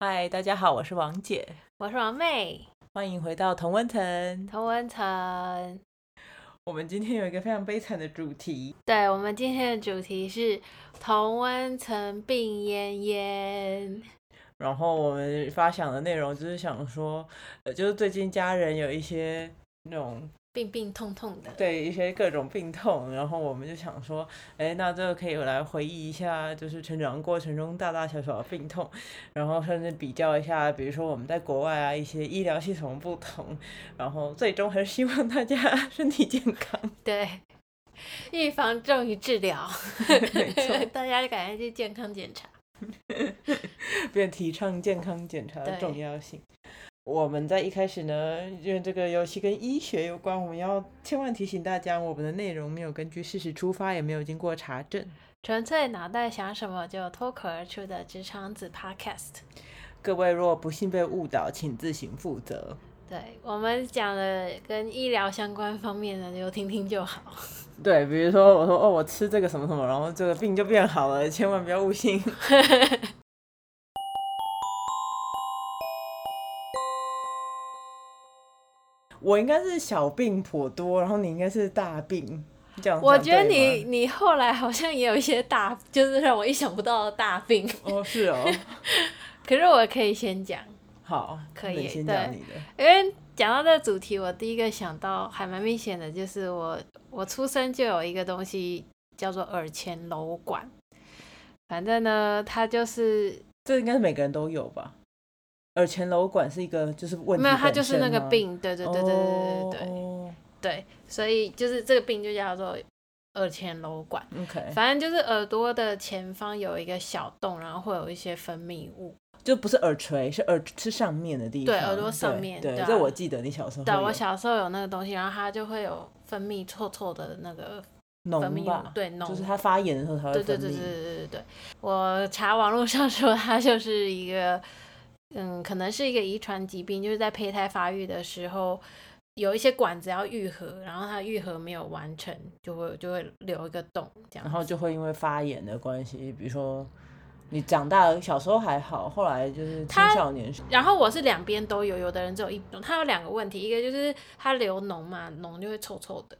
嗨，大家好，我是王姐，我是王妹，欢迎回到同温层。童文成。我们今天有一个非常悲惨的主题，对，我们今天的主题是同温层病恹恹。然后我们发想的内容就是想说，呃，就是最近家人有一些那种病病痛痛的，对一些各种病痛，然后我们就想说，哎，那这个可以来回忆一下，就是成长过程中大大小小的病痛，然后甚至比较一下，比如说我们在国外啊一些医疗系统不同，然后最终还是希望大家 身体健康。对，预防重于治疗， 没 错，大家赶快去健康检查。便提倡健康检查的对重要性。我们在一开始呢，因为这个尤其跟医学有关，我们要千万提醒大家，我们的内容没有根据事实出发，也没有经过查证。纯粹脑袋想什么就脱口而出的职场子 Podcast。各位若不幸被误导，请自行负责。对我们讲的跟医疗相关方面的，就听听 就好。对，比如说我说哦，我吃这个什么什么，然后这个病就变好了，千万不要误信。 我应该是小病颇多，然后你应该是大病，这样我这觉样得对你吗你后来好像也有一些大，就是让我意想不到的大病。哦是 哦，可是我可以先讲，好，可那你以先对讲你的，因为讲到这个主题，我第一个想到还蛮明显的，就是我我出生就有一个东西叫做耳前瘘管，反正呢，它就是这应该是每个人都有吧？耳前瘘管是一个就是问题，没有，它就是那个，病，对对对对对对对对、哦对，所以就是这个病就叫做耳前瘘管，哦，OK，反正就是耳朵的前方有一个小洞，然后会有一些分泌物，就不是耳垂，是耳是上面的地方，对耳朵上面对，对啊这我记得你小时候对，啊有我小时候有那个东西，然后它就会有分泌臭臭的那个分泌脓物吧，，对脓，就是它发炎的时候才会对对分对对泌，对对对，我查网络上说它就是一个，嗯，可能是一个遗传疾病，就是在胚胎发育的时候，有一些管子要愈合，然后它愈合没有完成，就会就会留一个洞这样然。后就会因为发炎的关系，比如说你长大了，小时候还好，后来就是青它少年时然后我是两边都有，有的人只有一种，它有两个问题，一个就是它流脓嘛，脓就会臭臭的。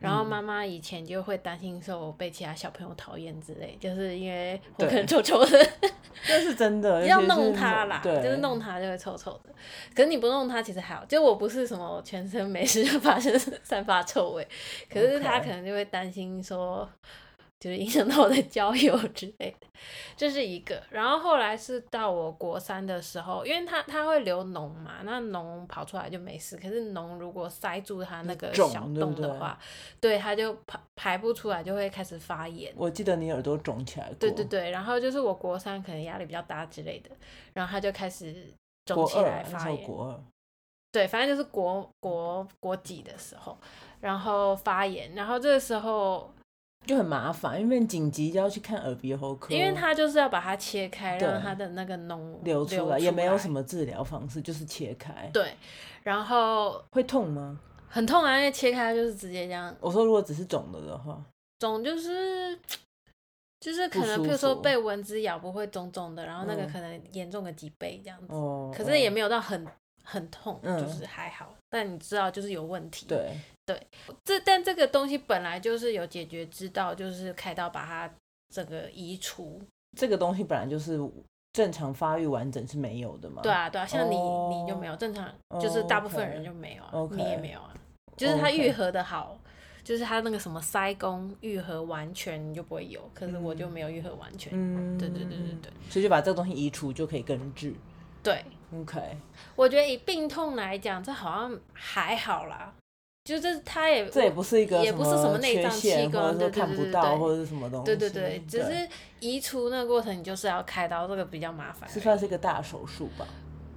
然后嗯妈妈以前就会担心说我被其他小朋友讨厌之类，就是因为我对可能臭臭的，这是真的，要尤其是弄那它种啦，对，就是弄它就会臭臭的。可是你不弄它，其实还好。就我不是什么全身没事就发生散发臭味，可是它 OK 可能就会担心说，就是影响到我的交友之类的，这是一个。然后后来是到我国三的时候，因为它它会流脓嘛，那脓跑出来就没事。可是脓如果塞住它那个肿小对不洞的对话，对它就排排不出来，就会开始发炎。我记得你耳朵肿起来过，对对对，然后就是我国三可能压力比较大之类的，然后他就开始肿国起二来啊那时发候炎。国二，对，反正就是国国国几的时候，然后发炎，然后这个时候，就很麻烦，因为紧急就要去看耳鼻喉科，因为他就是要把它切开，对让他的那个脓流出出来也没有什么么治疗方式，就是切开，对，然后会痛吗？很痛啊，因为切开就是直接这样我说如果只是肿了的话，肿就是就是可不能，舒譬如说服被蚊子咬不会肿肿的，然后那个嗯可能严重个几倍这样子。哦，可是也哦没有到很很痛，嗯就是还好。但你知道，就是有问题。，对，这但这个东西本来就是有解决之道，就是开刀把它整个移除。这个东西本来就是正常发育完整是没有的嘛，对啊，对啊，像你、哦你就没有正常哦，就是大部分人就没有啊 OK 你也没有啊，就是它 OK 愈合的好。就是它那个什么腮弓愈合完全，你就不会有。可是我就没有愈合完全。嗯，对对对对对所以就把这个东西移除就可以根治对， ，OK，我觉得以病痛来讲，这好像还好啦。就是它也这也不是一个也不是什么内缺脏器陷，或者官说对对看对不对到对或者是什么东西，对对对，只是移除那个过程，你就是要开刀，这个比较麻烦是而已。算是一个大手术吧，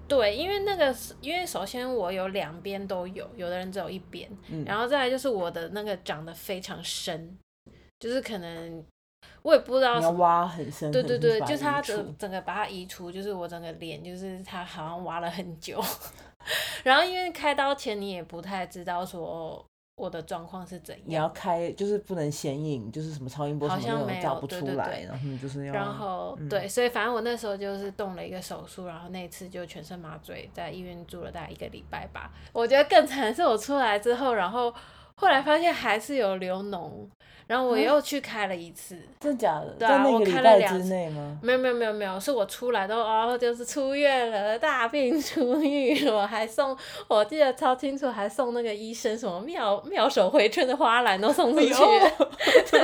对，因为那个是，因为首先我有两边都有，有的人只有一边，嗯然后再来就是我的那个长得非常深，就是可能我也不知道你什要么。挖很深，对可对能对，把就是移它除整整个把它移除，就是我整个脸，就是它好 像挖了很久。然后因为开刀前你也不太知道说我的状况是怎你样。要开就是不能显影，就是什么超音波好什么像那没种照有不对出对来，对然后你就是要然后、对，所以反正我那时候就是动了一个手术，然后那一次就全身麻醉，在医院住了大概一个礼拜吧。我觉得更惨的是我出来之后，然后后来发现还是有流脓，然后我又去开了一次。真的假的？对在啊那我个礼开了拜两之次内吗？没有没有没有没有，是我出来都哦，就是出院了，大病初愈，我还送，我记得超清楚，还送那个医生什么妙 妙手回春的花篮 都送出去了，对，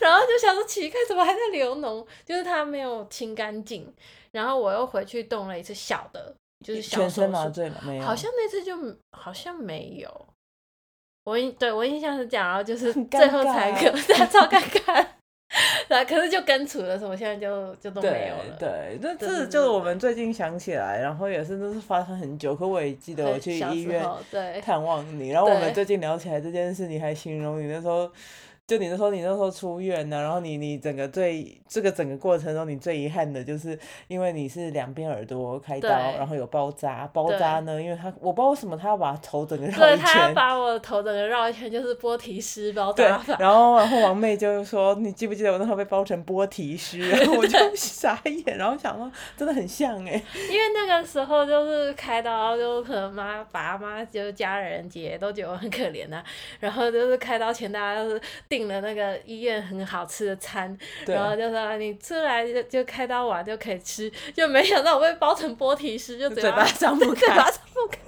然后就想说奇怪，怎么还在流脓？就是他没有清干净，然后我又回去动了一次小的，就是小全手身麻术醉吗？没有，好像那次就好像没有。我印对我印象是这样，然后就是很尴最后才尬可， 对啊，超尴尬。对啊，可是就根除了，所以我现在就就都没对有了。对，那对这对就是对我们最近想起来，然后也是那是发生很久，可我也记得我很去小医时院候对探望你，然后我们哎对最近聊起来这件事，你还形容你那时候。就你那时候，你那时候出院啊呢、然后你你整个最这个整个过程中，你最遗憾的就是，因为你是两边耳朵开刀，对然后有包扎，包扎呢，因为他我不知道为什么他要把头整个绕对，一他圈，把我的头整个绕一圈，就是波提 师包对扎，法。然后然后王妹就说：“你记不记得我那时候被包成波提师？”然后我就傻眼，然后想说真的很像哎、因为那个时候就是开刀，就可能妈爸妈就是家人姐都觉得我很可怜呐、然后就是开刀前，大家都是订了那个医院很好吃的餐，对然后就说啊你出来就就开刀完就可以吃，就没想到我被包成波提师，就嘴巴张不 嘴开巴张不开。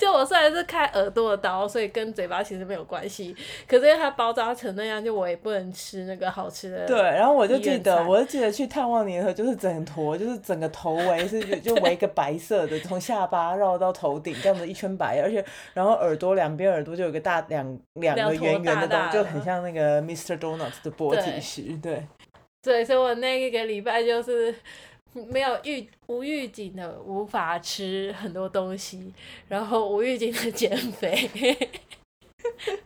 就我虽然是开耳朵的刀，所以跟嘴巴其实没有关系，可是因为它包扎成那样，就我也不能吃那个好吃的。对，然后我就医记院得，餐我就记得去探望你的时候，就是整坨，就是整个头围是就就围一个白色的，从下巴绕到头顶这样子一圈白，而且然后耳朵两边耳朵就有个大两两两个坨圆圆的大东大西，就的很像那个 Mr. Donuts 的波提对式，对。对，所以我那一个礼拜就是没有预无预警的无法吃很多东西，然后无预警的减肥。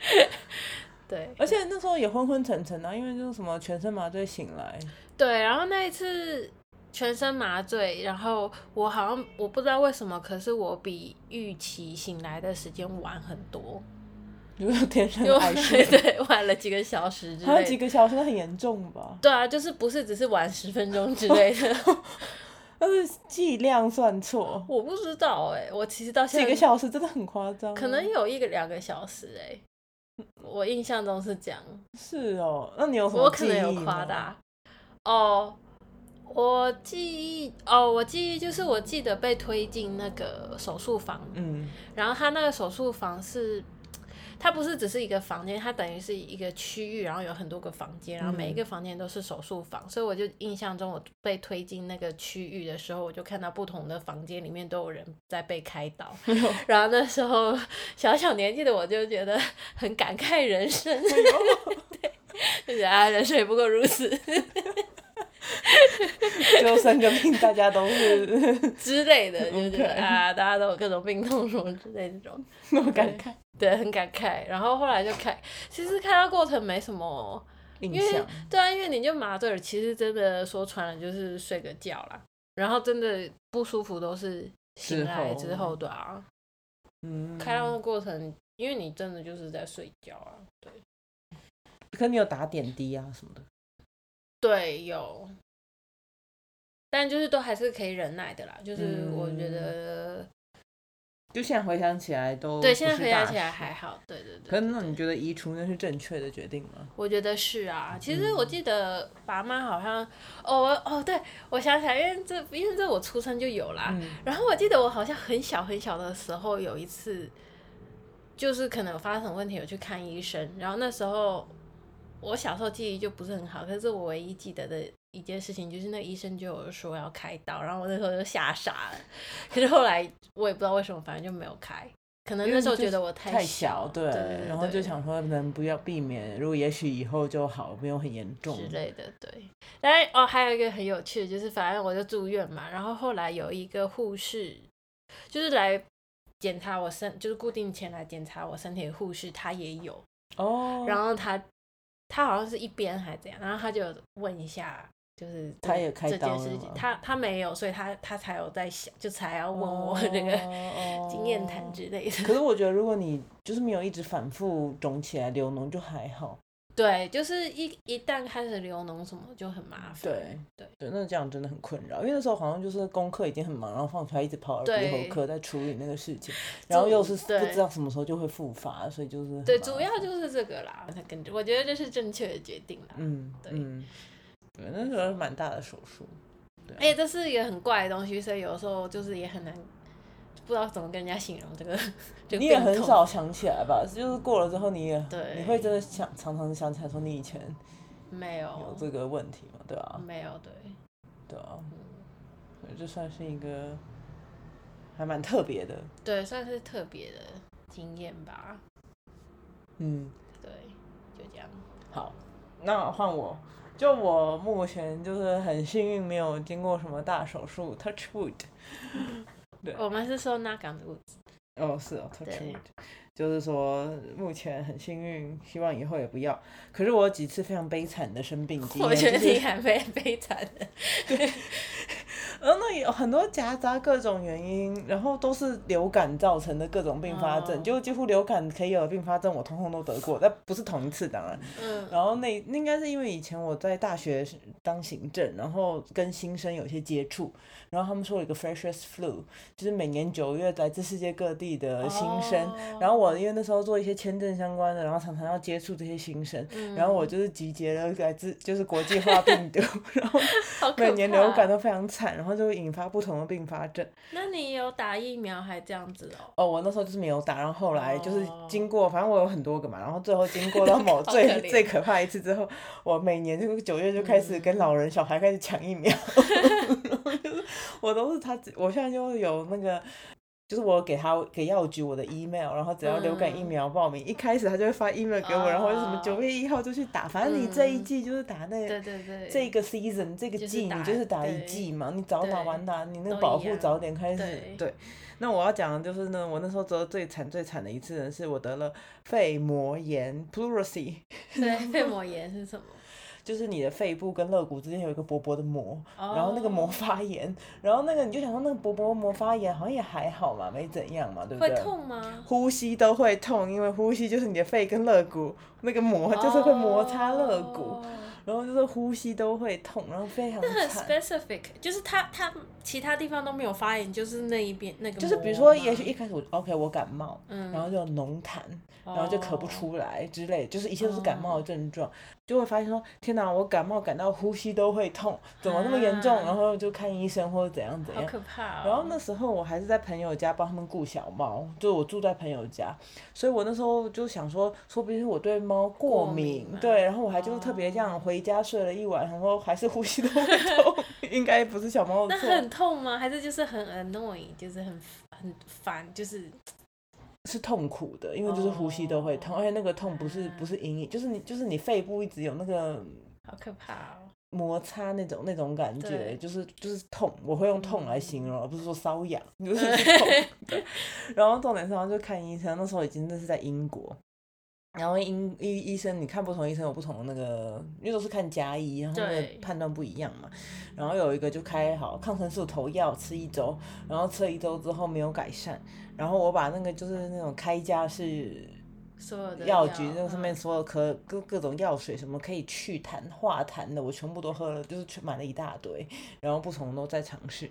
对而且那时候也昏昏沉沉啊，因为就是什么全身麻醉醒来，对，然后那一次全身麻醉，然后我好像我不知道为什么，可是我比预期醒来的时间晚很多，就是天生因为我爱睡， 对晚了几个小时之还有几类的。个小时，那很严重吧？对啊，就是不是只是晚十分钟之类的， 但是剂量算错，我不知道哎、我其实到现几在个小时真的很夸张啊。可能有一个两个小时哎、我印象中是这样，是哦，那你有什么我可记忆能有夸吗大。哦，我记忆哦，我记忆就是我记得被推进那个手术房，嗯，然后他那个手术房是。它不是只是一个房间，它等于是一个区域，然后有很多个房间，然后每一嗯个房间都是手术房，所以我就印象中我被推进那个区域的时候，我就看到不同的房间里面都有人在被开刀，然后那时候小小年纪的我就觉得很感慨人生， 就觉得啊，人生也不过如此 就生个病，大家都是 之类的，就觉得 OK 啊，大家都有各种病痛什么之类的这种，那么感慨对，很感慨。然后后来就开，其实开刀过程没什么，印因为象。对啊，因为你就麻醉了，其实真的说穿了就是睡个觉啦，然后真的不舒服都是醒之来后之后对啊，嗯，开刀的过程，因为你真的就是在睡觉啊，对可你有打点滴啊什么的，对有，但就是都还是可以忍耐的啦，就是我嗯觉得。就现在回想起来都对，不现在是回想大起来事还。好，对对对。可是那你觉得移除那是正确的决定吗？我觉得是啊，其实嗯我记得爸妈好像，哦我哦，对我想起来，因为这因为这我出生就有啦。嗯，然后我记得我好像很小很小的时候有一次，就是可能有发生什么问题，有去看医生。然后那时候我小时候记忆就不是很好，可是我唯一记得的一件事情就是那医生就有说要开刀，然后我那时候就吓傻了。可是后来我也不知道为什么，反正就没有开。可能因为那时候你就觉得我太小，对，对对然后就对想说能不要避免，如果也许以后就好，没有很严重之类的，对。但是哦，还有一个很有趣的，就是反正我就住院嘛，然后后来有一个护士，就是来检查我身，就是固定前来检查我身体的护士，他也有，哦。然后后他他好像是一边还是怎样，然后他就问一下就是这他也开这刀件了事情吗，他他没有，所以他他才有在想，就才要问我这个 哦经验谈之 类的。可是我觉得，如果你就是没有一直反复肿起来流脓，就还好。对，就是一一旦开始流脓什么就很麻烦。对对对，那这样真的很困扰，因为那时候好像就是功课已经很忙，然后放学还一直跑耳鼻对喉科在处理那个事情，然后又是对不知道什么时候就会复发，所以就是很对，麻主要烦就是这个啦。他跟着，我觉得这是正确的决定啦。嗯对嗯，对，那时候是蛮大的手术，而且哎这是一个很怪的东西，所以有时候就是也很难，不知道怎么跟人家形容这个 这个你也病很痛少想起来吧？就是过了之后，你也对你会真的想常常想起来说你以前没有有这个问题嘛，对吧、没有对，对啊，所以这算是一个还蛮特别的，对，算是特别的经验吧。嗯，对，就这样。好，那换我，就我目前就是很幸运没有经过什么大手术，touch wood，我们是说那港的物资，哦，是哦，touch 对 wood，就是说目前很幸运，希望以后也不要。可是我有几次非常悲惨的生病经验，我觉得就是你还非 悲惨的。然后那有很多夹杂各种原因，然后都是流感造成的各种并发症，哦就几乎流感可以有的并发症我通通都得过，但不是同一次当然。嗯然后那那应该是因为以前我在大学是当行政，然后跟新生有一些接触，然后他们说有一个 freshers flu，就是每年九月来自世界各地的新生。哦然后我因为那时候做一些签证相关的，然后常常要接触这些新生，嗯然后我就是集结了来自就是国际化病毒， 然后好可每年流怕啊感。都非常惨，然后就会引发不同的并发症。那你有打疫苗还这样子哦？哦，我那时候就是没有打，然后后来就是哦经过，反正我有很多个嘛，然后最后经过 到某好可最怜最可怕一次之后，我每年这个九月就开始跟嗯老人、小孩开始抢疫苗， 然后就是我都是他，我现在就有那个。就是我给他给药局我的 email，然后只要流感疫嗯苗报名，一开始他就会发 email 给我，然后就什么哦九月一号就去打，反正你这一嗯季就是打那个对对对，这个 season 这个就是季打你就是打一对季嘛，你早打对晚打，你那都个保一护样早点开始。对那我要讲的就是呢，我那时候得最惨最惨的一次呢，是我得了肺膜炎 （pleurisy）， 对肺膜炎是什么？就是你的肺部跟肋骨之间有一个薄薄的膜，哦然后那个膜发炎，然后那个你就想说那个薄薄的膜发炎好像也还好嘛，没怎样嘛，对不会对？痛吗？呼吸都会痛，因为呼吸就是你的肺跟肋骨那个膜 就是会摩擦肋骨哦然后就是呼吸都会痛，然后非常那很惨。 specific，就是它它其他地方都没有发炎，就是那一边那个。就是比如说，也许一，开始我 OK 我感冒，嗯，然后就有浓痰，然后就咳不哦。出来之类，就是一切都是感冒的症状，就会发现说天哪，我感冒感到呼吸都会痛，怎么那么严重？啊然后就看医生或者怎样怎好样。可怕、哦。然后那时候我还是在朋友家帮他们顾小猫，就我住在朋友家，所以我那时候就想说，说不定是我对猫过过敏敏，哦嘛对，然后我还就是特别这样回家睡了一晚，然后还是呼吸都会痛， 应该不是小猫的那错，很痛吗？还是就是很 annoying，就是很很烦，就是是痛苦的，因为就是呼吸都会痛，而且那个痛不是啊不是隐隐，就是你就是你肺部一直有那个好可怕哦。摩擦那种那种感觉，对嗯就是就是痛，我会用痛来形容，而不是说瘙痒，就是痛。 对，然后重点是，然后就看医生，那时候已经那是在英国。然后英医医生，你看不同医生有不同的那个，因为都是看家医，然后那个对判断不一样嘛。然后有一个就开好抗生素头药吃一周，然后吃了一周之后没有改善，然后我把那个就是那种开家是所有的药局那个上嗯面所有可各各种药水，什么可以祛痰化痰的，我全部都喝了，就是去买了一大堆，然后不同的都在尝试，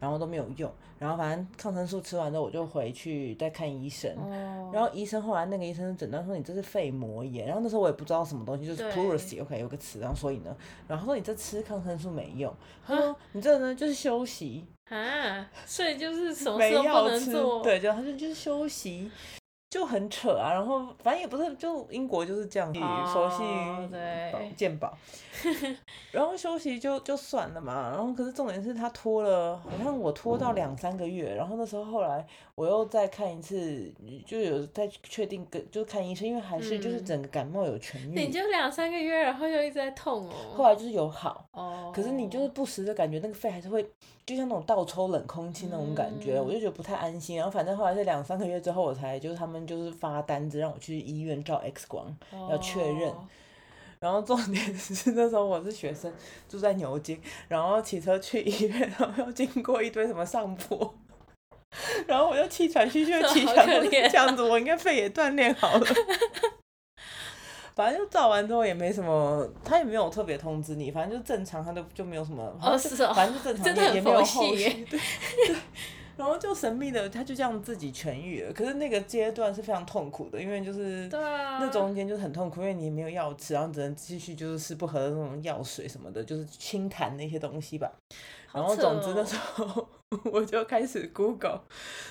然后都没有用，然后反正抗生素吃完之后，我就回去再看医生。哦，然后医生后来那个医生诊断说你这是肺膜炎，然后那时候我也不知道什么东西，就是对 pleurisy OK 有个词，然后所以呢，然后他说你这吃抗生素没用，他说你这呢就是休息，啊，所以就是什么没事都不药能吃，做，对，就他就就是休息，就很扯啊。然后反正也不是，就英国就是这样，哦熟悉对保健保， 然后休息就就算了嘛。然后可是重点是他拖了，好像我拖到两三个月。然后那时候后来我又再看一次，就有再确定跟就看医生，因为还是就是嗯整个感冒有痊你愈，就两三个月，然后就一直在痛后哦。来就是有好。哦，可是你就是不时的感觉那个肺还是会，就像那种倒抽冷空气那种感觉，我就觉得不太安心。然后反正后来是两三个月之后，我才就是他们就是发单子让我去医院照 X 光，要确认哦然后重点 是那时候我是学生，住在牛津，然后骑车去医院，然后要经过一堆什么上坡，然后我就气喘吁吁地骑好上可去，怜啊这样子我应该肺也锻炼好了。 反正就照完之后也没什么，他也没有特别通知你，反正就正常，他都就没有什么，哦是哦反正就正常，真的也很也没有佛系后耶续，对对。然后就神秘的，他就这样自己痊愈了。可是那个阶段是非常痛苦的，因为就是对啊，那中间就是很痛苦，因为你没有药吃，然后只能继续就是吃不合的那种药水什么的，就是清痰那些东西吧。好然后扯总之那哦时候 我就开始 Google，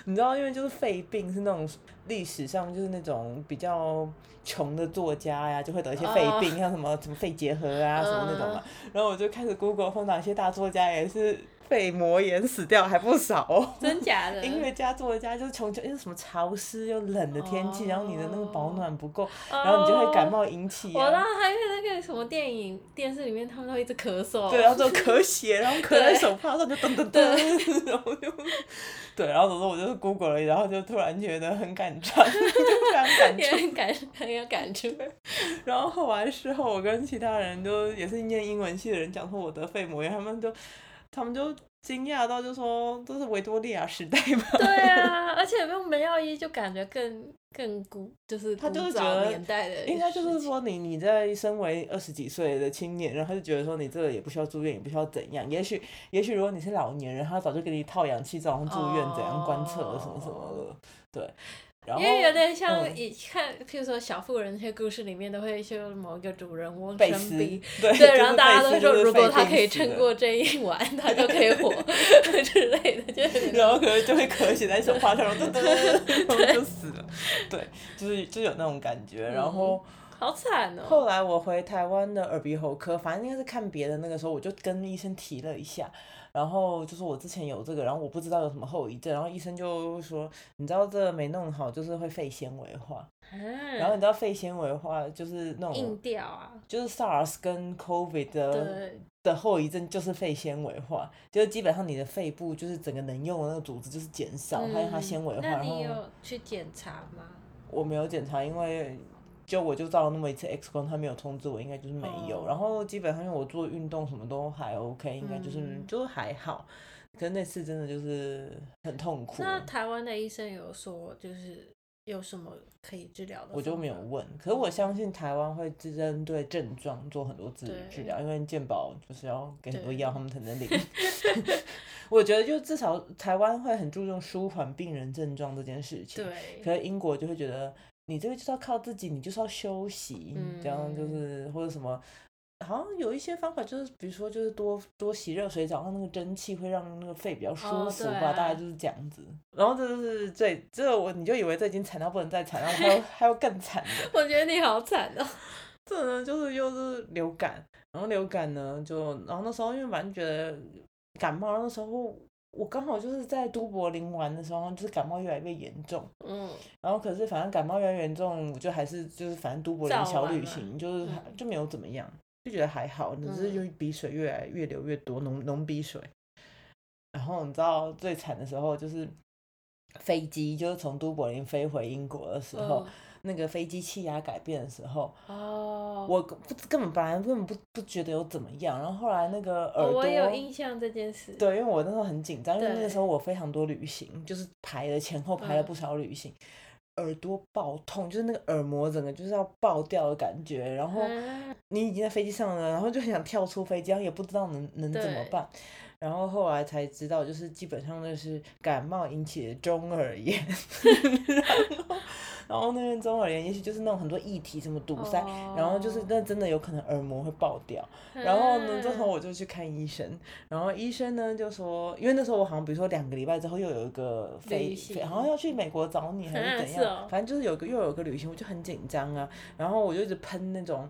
你知道，因为就是肺病是那种历史上就是那种比较穷的作家呀，就会得一些肺哦嗯病，像什么什么肺结核啊什么那种嘛。然后我就开始 Google，碰到一些大作家也是肺膜炎死掉还不少哦。真 假的，音乐家、作家就是穷穷，因为什么潮湿又冷的天气，然后你的那个保暖不够，然后你就会感冒引起、我啦啊，，还有哦那个什么电影、电视里面，他们都一直咳嗽。对，然后就咳血，然后咳在手帕上就噔噔噔，然后就，对，然后总之我就是 Google 了，然后就突然觉得很感伤， 就非常感也触。很感很有感触。然后后来事后，我跟其他人就也是念英文系的人讲说我得肺膜炎，他们就他们就惊讶到就说这是维多利亚时代吗？对啊，而且用梅药医就感觉更更古，就是他就是古觉早得年代的事情，应该就是说你，你在身为二十几岁的青年，然后他就觉得说你这个也不需要住院，也不需要怎样。也许，也许如果你是老年人，他早就给你套氧气罩，然后住院怎样观测什么什么的，对。然后哦因为有点像嗯以看，譬如说《小妇人》那些故事里面，都会就某一个主人翁贝生斯，病， 对，对，就然后是大家贝斯都说，就是如果肺他病可以死撑的 过这一晚，他就可以活 之类的，就有 点然后可能就会咳血在手帕上，然 后噔噔，然后就死了。对，就是就有那种感觉。嗯然后好惨哦。后来我回台湾的耳鼻喉科，反正应该是看别的那个时候，我就跟医生提了一下，然后就说我之前有这个，然后我不知道有什么后遗症，然后医生就说，你知道这没弄好就是会肺纤维化，然后你嗯，知道肺纤维化就是那硬种掉啊，就是 SARS 跟 COVID 的对，的后遗症就是肺纤维化，就是基本上你的肺部就是整个能用的那个组织就是减少，还有它嗯纤维化，那然你后有去检查吗？我没有检查，因为就我就照了那么一次 X 光，他没有通知我，应该就是没有。哦然后基本上因为我做运动什么都还 OK，应该就是、嗯就是还好。可是那次真的就是很痛苦，那台湾的医生有说，就是有什么可以治疗的？我就没有。嗯问。可是我相信台湾会只针对症状做很多治对治疗，因为健保就是要给很多对药，他们才能 领。我觉得就至少台湾会很注重舒缓病人症状这件事情。对，可是英国就会觉得你这个就是要靠自己，你就是要休息，这样就嗯是或者什么，好像有一些方法就是，比如说就是多多洗热水澡，让那个蒸汽会让那个肺比较舒哦服对吧，大概啊就是这样子。然后这就是最这我你就以为这已经惨到不能再惨，然后 还有还有更惨的，我觉得你好惨哦。这呢就是又是流感，然后流感呢就然后那时候因为反正觉得感冒，然后那时候我刚好就是在都柏林玩的时候，就是感冒越来越严重。嗯，然后可是反正感冒越来越严重，我就还是就是反正都柏林照小玩旅嘛行，就是还嗯就没有怎么样，就觉得还好，只是就是鼻水越来越流越多，浓浓鼻水。然后你知道最惨的时候就是飞机，就是从都柏林飞回英国的时候，那个飞机气压改变的时候，嗯哦，我根不根本本来根本不不觉得有怎么样，然后后来那个耳哦朵。我有印象这件事。对，因为我那时候很紧张，因为那个对时候我非常多旅行，就是排了前后排了嗯不少旅行，耳朵爆痛，就是那个耳膜整个就是要爆掉的感觉，然后嗯，你已经在飞机上了，然后就很想跳出飞机，然后也不知道能能怎么对办，然后后来才知道，就是基本上就是感冒引起的中耳炎， 然后然后那边中耳炎也许就是那种很多液体什么堵塞，然后就是哦嗯那真的有可能耳膜会爆掉。然后呢，这时候我就去看医生，然后医生呢就说，因为那时候我好像比如说两个礼拜之后又有一个飞旅飞，好像要去美国找你还是啊怎是样，哦反正就是有个又有个旅行，我就很紧张啊，然后我就一直喷那种。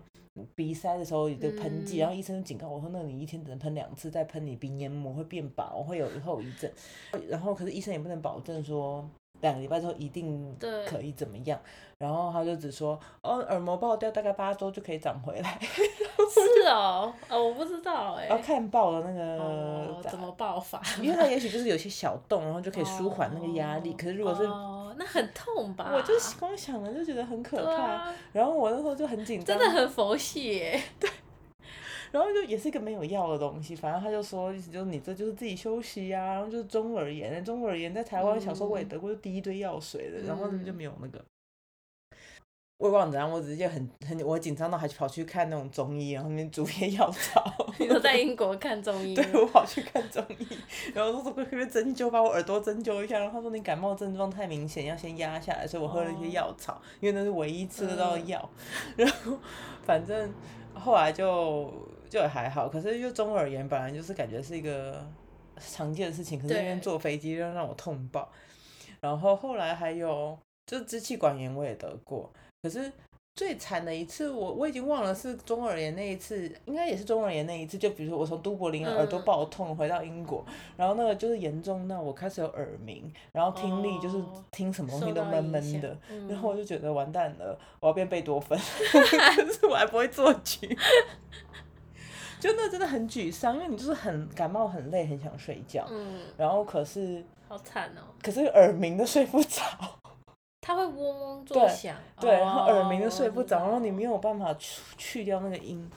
鼻塞的时候的喷剂，然嗯后医生就警告我说：“那你一天只能喷两次，再喷你鼻黏膜会变薄，会有后遗症。”然后可是医生也不能保证说两个礼拜之后一定对可以怎么样。然后他就只说，哦，耳膜爆掉大概八周就可以长回来。是哦，哦，我不知道哎、然后看爆了那哦个，杂，怎么爆发？因为它也许就是有些小洞，然后 就可以舒缓那个压力。哦可是如果是哦，那很痛吧？ 我就光想了就觉得很可对怕，啊，然后我那时候就很紧张真，的很佛系 耶。然后就也是一个没有药的东西，反正他就说，意思就是你这就是自己休息呀、然后就是中耳炎，中耳炎在台湾小时候我也得过，就第一堆药水的，然后嗯就没有那个。我也忘了怎样，我直接很很我紧张到还去跑去看那种中医，然后那边煮些药草。 你都在英国看中医，对我跑去看中医，然后说可不可以针灸，把我耳朵针灸一下。然后他说你感冒症状太明显，要先压下来，所以我喝了一些哦药草，因为那是唯一吃得到的嗯药。然后反正后来就就也还好，可是就中耳炎本来就是感觉是一个常见的事情，可是因为对坐飞机就让我痛爆。然后后来还有就是支气管炎我也得过，可是最惨的一次，我我已经忘了是中耳炎那一次，应该也是中耳炎那一次。就比如说我从都柏林嗯耳朵爆痛回到英国，然后那个就是严重到我开始有耳鸣，然后听力就是哦听什么东西受都到闷影闷响的，嗯然后我就觉得完蛋了，我要变贝多芬， 可是我还不会作曲。 就那真的很沮丧，因为你就是很感冒、很累、很想睡觉，嗯，然后可是好惨哦，可是耳鸣都睡不着，它会嗡嗡作响，哦对，然后耳鸣都都睡不着，然后你没有办法去去掉那个音，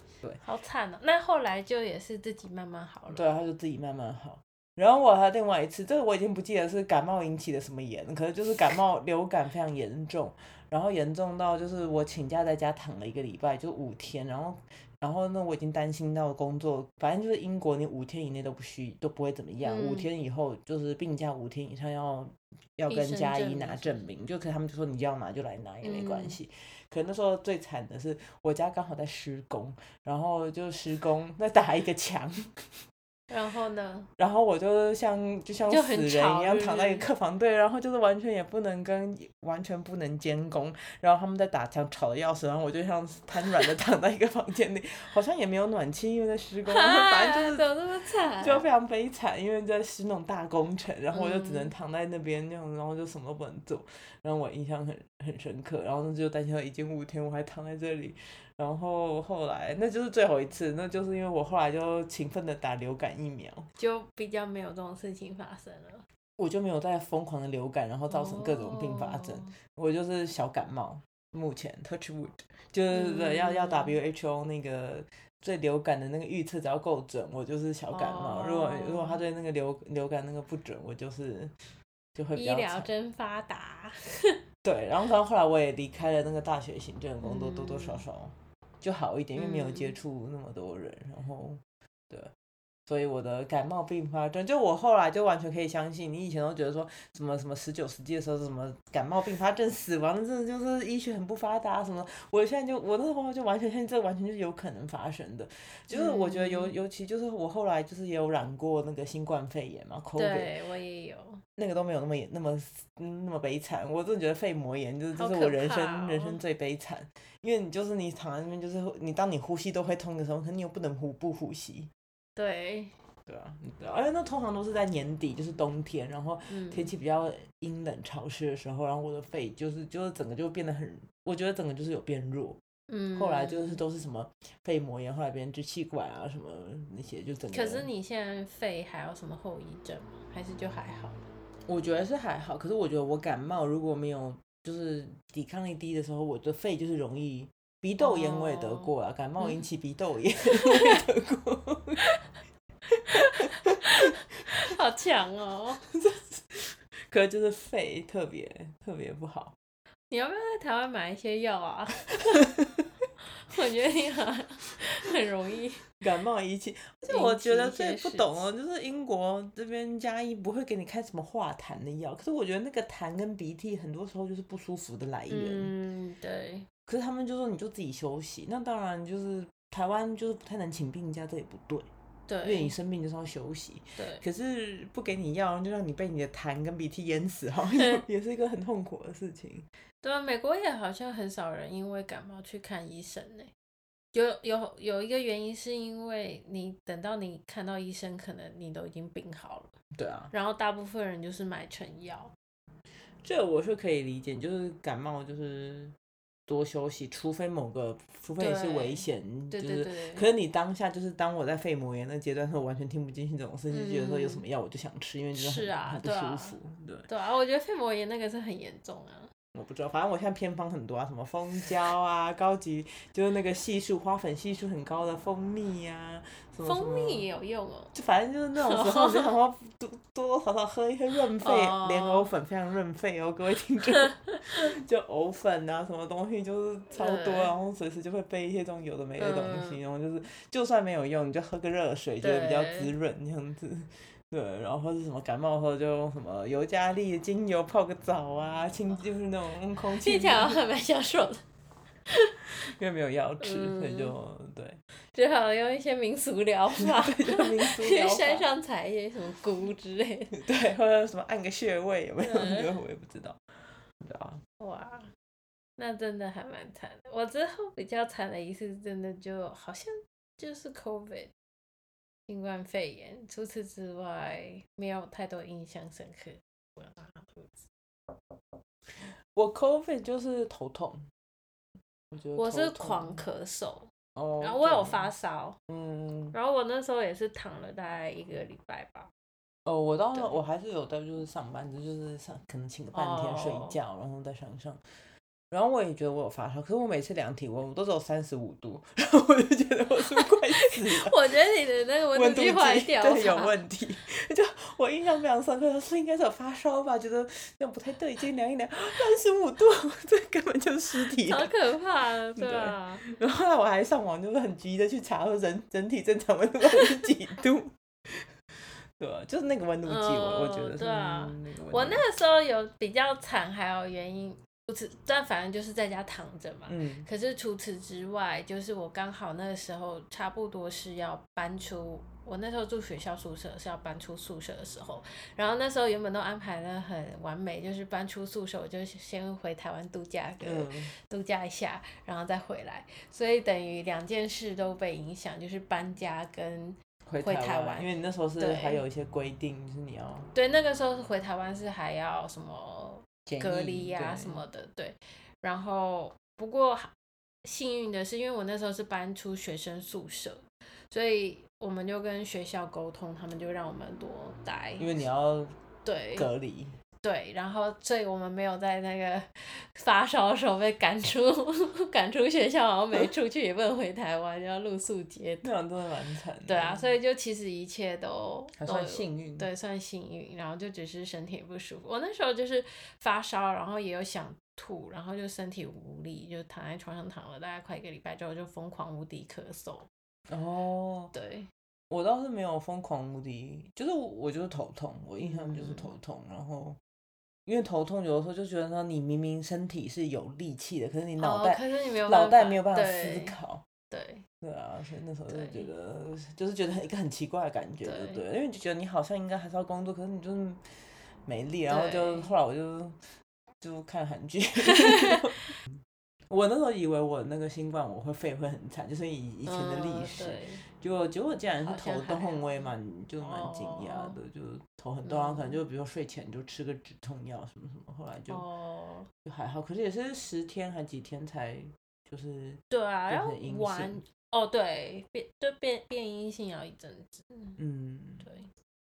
好惨哦。那后来就也是自己慢慢好了，对，啊他就自己慢慢好。然后我还有另外一次，这个我已经不记得是感冒引起的什么炎，可是就是感冒流感非常严重，然后严重到就是我请假在家躺了一个礼拜，就五天，然后然后呢我已经担心到工作，反正就是英国你五天以内都不需都不会怎么样，五嗯天以后就是病假五天以上要要医跟生家证医明拿是证明，就可他们就说你要拿就来拿也没关嗯系。可那时候最惨的是我家刚好在施工，然后就施工在打一个墙。然后呢，然后我就像就像就死很人吵一样是不躺在一是个客房队，然后就是完全也不能跟完全不能监工，然后他们在打墙吵的要死，然后我就像瘫软的躺在一个房间里， 好像也没有暖气，因为在施工， 然后 反正啊就是怎么那么惨？就非常悲惨，因为在施那种大工程，然后我就只能嗯躺在那边那种，然后就什么都不能做，然后我印象很很深刻，然后那就担心到已经五天我还躺在这里，然后后来那就是最后一次，那就是因为我后来就勤奋的打流感疫苗。就比较没有这种事情发生了，我就没有再疯狂的流感，然后造成各种并发症。哦我就是小感冒，目前 touch wood，就是对要要嗯 WHO 那个对流感的那个预测只要够准，我就是小感冒。如果如果哦他对那个流流感那个不准，我就是就会比医较疗惨。真发达，对，然后反正后来我也离开了那个大学行政工作，多多嗯少少就好一点，因为没有接嗯触那么多人，然后对，所以我的感冒并发症，就我后来就完全可以相信，你以前都觉得说什么什么十九世纪的时候什么感冒并发症死亡，真的就是医学很不发达什么，我现在就我那时候就完全相信这完全就是有可能发生的，就是我觉得尤嗯尤其就是我后来就是也有染过那个新冠肺炎嘛，COVID，对我也有，那个都没有那么严那么嗯那么悲惨，我真的觉得肺膜炎就是就好是可我人怕生、人生哦最悲惨，因为你就是你躺在那边，就是你当你呼吸都会痛的时候，可是你又不能呼不呼吸，对，对啊，对啊而且那通常都是在年底，就是冬天，然后嗯，天气比较阴冷潮湿的时候，然后我的肺就是就是整个就变得很，我觉得整个就是有变弱，嗯，后来就是都是什么肺膜炎，后来变成支气管啊什么那些，就整个。可是你现在肺还有什么后遗症吗？还是就还好？我觉得是还好，可是我觉得我感冒如果没有就是抵抗力低的时候，我的肺就是容易鼻窦炎，我也得哦过啊，感冒引嗯起鼻窦炎 我也得过， 好强哦！可是就是肺特别特别不好。你要不要在台湾买一些药啊？ 我觉得你好像 很容易，感冒引起，而且引我起觉得一最些不事懂哦，就是英国这边加医不会给你开什么化痰的药，可是我觉得那个痰跟鼻涕很多时候就是不舒服的来源。嗯，对，可是他们就说你就自己休息，那当然就是台湾就是不太能请病假，这也不对，因为你对，生病就是要休息。对，可是不给你药，就让你被你的痰跟鼻涕淹死， 好像也也是一个很痛苦的事情。对啊，美国也好像很少人因为感冒去看医生呢。有有有一个原因是因为你等到你看到医生，可能你都已经病好了，对啊，然后大部分人就是买成药，这我是可以理解，就是感冒就是多休息，除非某个，除非你是危对险，就对是对对可是你当下就是当我在肺膜炎的阶段的时候，完全听不进去这种事情，就觉得说有什么药我就想吃，因为真的很嗯是啊很不对舒啊服。对，对啊，我觉得肺膜炎那个是很严重啊。我不知道，反正我现在偏方很多啊，什么蜂胶啊，高级就是那个系数花粉系数很高的蜂蜜啊，什么什蜂蜜么也有用哦。就反正就是那种时候，我就想 说多多多少少喝一喝润肺哦莲藕粉，非常润肺哦，各位听 众。就藕粉啊，什么东西就是超多，对嗯然后随时就会备一些这种有的没的东西，然后就是就算没有用，你就喝个热水就会比较对滋润这样子。对，然后或是什么感冒的时候就用什么尤加利精油泡个澡啊，清就是那种空气清听起新，来好像蛮享受的，因为没有药吃，所以嗯就对， 只好用一些民俗疗法，就 民 俗去疗山法。上采一些什么菇之类的。 对，或者什么按个穴位有没有？嗯因为 我也不知道，对啊，哇，那真的还蛮惨的。我之后比较惨的一次，真的就好像就是 COVID，新冠肺炎。除此之外，没有太多印象深刻。我拉肚子我 COVID 就是头痛，我觉得我是头痛狂咳嗽，哦，然后我有对发烧，嗯，然后我那时候也是躺了大概一个礼拜吧。 哦，我到了，对我还是有在就是上班，就是上可能请个半天睡一哦，觉，然后再上上。然后我也觉得我有发烧，可是我每次量体温，我都只有三十五度， 然后我就觉得我是不是快死了 我觉得你的那个温温度计计坏掉对有吧问题。就我印象非常深刻，他说应该是有发烧吧，觉得那不太对劲，量一量三十五度，这根本就是尸体好了。可怕啊，对 对啊，然后后来我还上网就是很急的去查说人整体正常温度到底是几度。 对啊，就是那个温度计，我我觉哦得是嗯对啊那个温我度那个时候有比较惨，还有原因，不是，但反正就是在家躺着嘛。嗯可是除此之外，就是我刚好那个时候差不多是要搬出，我那时候住学校宿舍是要搬出宿舍的时候，然后那时候原本都安排的很完美，就是搬出宿舍我就先回台湾度假个、嗯，度假一下，然后再回来，所以等于两件事都被影响，就是搬家跟回回台台湾因为你那时候是对还有一些规定，就是你要对那个时候回台湾是还要什么检隔疫离呀、对什么的，对。然后不过幸运的是，因为我那时候是搬出学生宿舍，所以我们就跟学校沟通，他们就让我们多待。因为你要对隔离，对，然后所以我们没有在那个 发烧的时候被赶出 赶出学校，然后没出去也不能回台湾，要露宿街头。那样真的蛮惨的。对啊，所以就其实一切都还都算幸运。，对，算幸运，然后就只是身体不舒服。我那时候就是发烧，然后也有想吐，然后就身体无力，就躺在床上躺了大概快一个礼拜之后，就疯狂无敌咳嗽。哦，对，我倒是没有疯狂无敌，就是我我就是头痛，我印象就是嗯头痛，然后。因为头痛有的时候就觉得说你明明身体是有力气的，可是你脑哦、袋、可是你没有脑办袋法没有办法思对考，对对啊，所以那时候就对觉得，哎就是觉得一个很奇怪的感觉，对不对对？因为你就觉得你好像应该还是要工作，可是你就是没力，然后就对后来我就就看韩 剧。我那时候以为我那个新冠我会肺会很惨，就是以以前的历嗯史，对结果结果竟然是好头像还痛，好嗯我也蛮就蛮惊讶哦的，就头很痛，然后啊可能嗯就比如说睡前就吃个止痛药什么什么，后来就哦，就还好，可是也是十天还几天才就是对啊，变要成阴性玩哦，对，变就变变阴性要一阵子，嗯，对。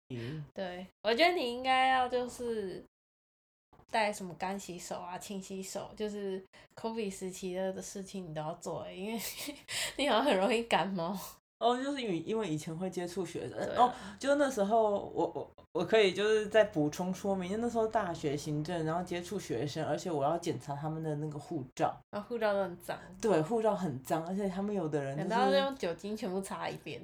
咦对，我觉得你应该要就是带什么干洗手啊、勤洗手，就是 COVID 时期的事情你都要做，欸因为 你好像很容易感冒。哦，就是因为因为以前会接触学生对哦，啊就那时候我我我可以就是再补充说明，因为那时候大学行政，然后接触学生，而且我要检查他们的那个护照，然后护照都很脏，对，护照很脏，而且他们有的人难就道是，用酒精全部擦一遍？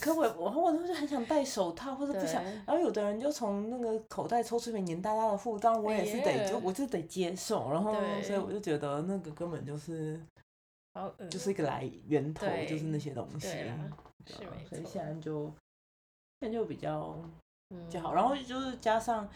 可我我我就是很想戴手套或者 不想，对然后有的人就从那个口袋抽出一枚黏哒哒的护照，我也是得就哎呀我就得接受，然后所以对我就觉得那个根本就是好恶，就是一个来源头，就是对那些东西，对啦，对是啊没所以错现在就现在就比较。嗯，就好。然后就是加上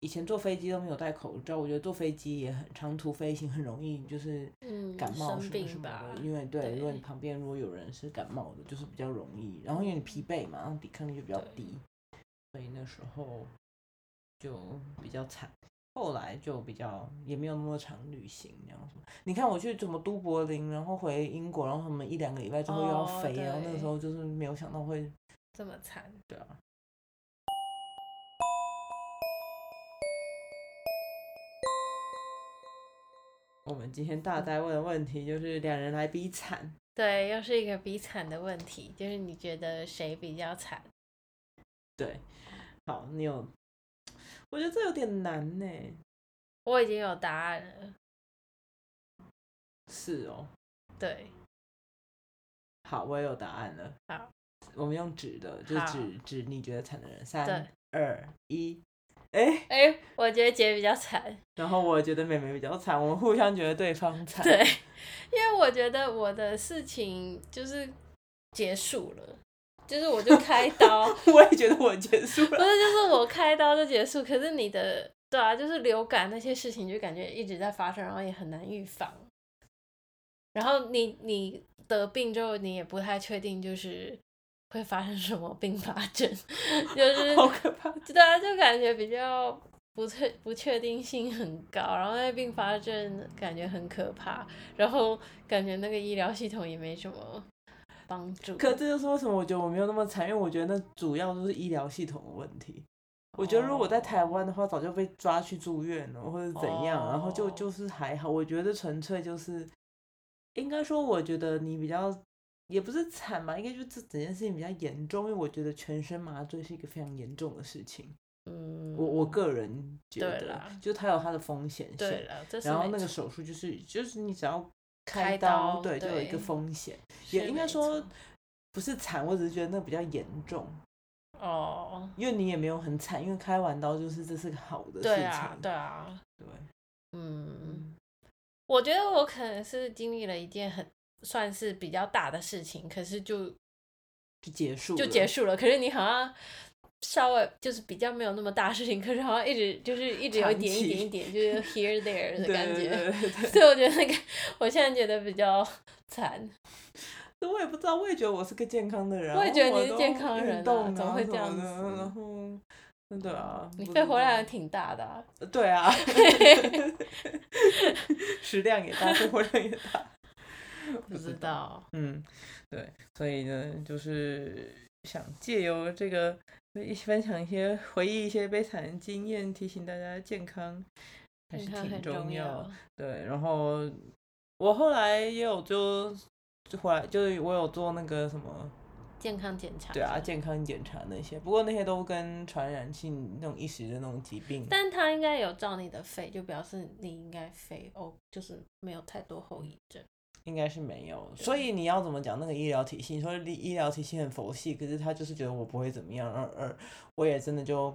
以前坐飞机都没有戴口罩，我觉得坐飞机也很长途飞行很容易就是嗯感冒生什么什病么吧的，，因为对，如果对你旁边如果有人是感冒的，就是比较容易。然后因为你疲惫嘛，然后抵抗力就比较对低，所以那时候就比较惨。后来就比较也没有那么常旅行这样子。你看我去怎么都柏林，然后回英国，然后他们一两个礼拜之后又要哦飞，然后那对时候就是没有想到会这么惨。对啊。我们今天嗯大家问的问题就是两人来比惨，对，又是一个比惨的问题，就是你觉得谁比较惨？对，好，你有，我觉得这有点难呢，我已经有答案了。是哦，对，好，我也有答案了，好，我们用指的，就是好指指你觉得惨的人，对三二一，哎，哎、我觉得姐比较惨。然后我觉得妹妹比较惨，我们互相觉得对方惨，对， 因为我觉得我的事情就是结束了，就是我 就开刀， 我也觉得我结束不了，是就是我开刀就结束，可是你的对啊，就是流感那些事情就感觉一直在发生，然后也很难预防。然后你你得病之后，你也不太确定就是会发生什么并发症， 就是好可怕，对啊，就感觉比较不确不确定性很高，然后那并发症感觉很可怕，然后感觉那个医疗系统也没什么帮助。可这就是为什么我觉得我没有那么惨，因为我觉得那主要都是医疗系统的问题。我觉得如果哦在台湾的话，早就被抓去住院了，或者怎样，然后就哦就是还好。我觉得纯粹就是，应该说，我觉得你比较也不是惨吧，应该就是这整件事情比较严重，因为我觉得全身麻醉是一个非常严重的事情。嗯，我我个人觉对得啦，就它有它的风险性对。了，这是然后没那个错手术就是就是你只要开刀，刀对，就有一对个风险，是也应没该说错不是惨，我只是觉得那比较严重，哦，因为你也没有很惨，因为开完刀就是这是个好的事对情，啊，对啊，对嗯，我觉得我可能是经历了一件很算是比较大的事情，可是就就结束就了结束了。可是你好像稍微就是比较没有那么大事情，可是好像一直就是一直有一长点一期点一点，就是 here there 的对感对觉。对对对 所以我觉得那个，我现在觉得比较惨。对，我也不知道，我也觉得我是个健康的人，我也然觉后得你是都健康人啊运动怎么会什这样的子然后。真的啊，你不肺知活量道也挺大的、啊，对 啊， 食量也大，肺活量也大。不知道。嗯，对，所以呢，就是想借由这个一起分享一些回忆一些悲惨的经验，提醒大家健康还健是康挺很重要要。。对，然后我后来也有就就回来，就是我有做那个什么，健康检查。对啊，。健康检查那些，不过那些都跟传染性那种一时的那种疾病，但他应该有照你的肺，就表示你应该肺哦，就是没有太多后遗症。应该是没有。所以你要怎么讲那个医疗体系？你说医医疗体系很佛系，可是他就是觉得我不会怎么样，而而我也真的就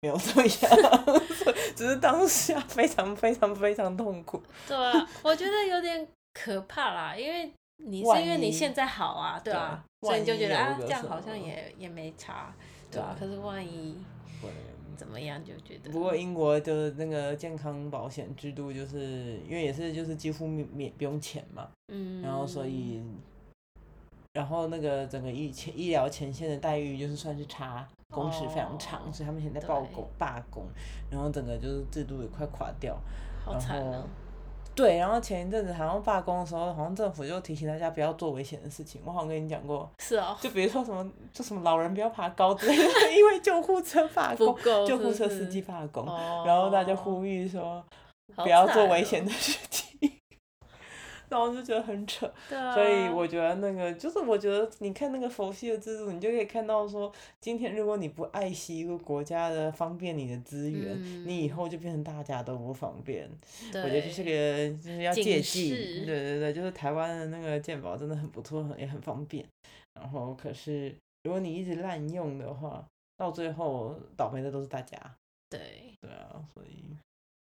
没有这样， 所以只是当下非常非常非常痛苦。对啊，我觉得有点可怕啦，因为你是万因为你一现在好啊，对啊，对所以你就万一觉得有啊，一个这样什好么像也也没差，对啊。可对是万一对怎么样，就觉得不过英国的那个健康保险制度，就是因为也是就是几乎免免不用钱嘛，嗯，然后所以。然后那个整个医前医疗前线的待遇就是算是差，工时非常长哦所以他们现在对罢工罢工，然后整个就是制度也快垮掉。好然惨后啊，对，然后前一阵子好像罢工的时候，好像政府就提醒大家不要做危险的事情。我好像跟你讲过，是 哦，就比如说什么，就什么老人不要爬高之类的， 因为救护车罢不工，够救是护不车司机是罢工，哦，然后大家呼吁说好不要做惨危哦险的，事情， 然后我就觉得很扯。对啊，所以我觉得那个就是，我觉得你看那个佛系的制度，你就可以看到说，今天如果你不爱惜一个国家的方便你的资源，你以嗯后就变成大家都不方便。对我觉得这是个就是要警借鉴，对示对对，就是台湾的那个健保真的很不错，很也很方便。然后可是如果你一直滥用的话，到最后倒霉的都是大家。对对啊，所以。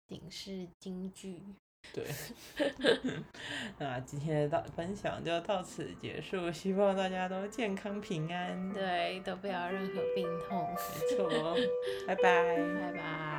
警示金句，对， 那今天的到分享就到此结束，希望大家都健康平安。对，都不要任何病痛， 没错，拜拜。拜拜。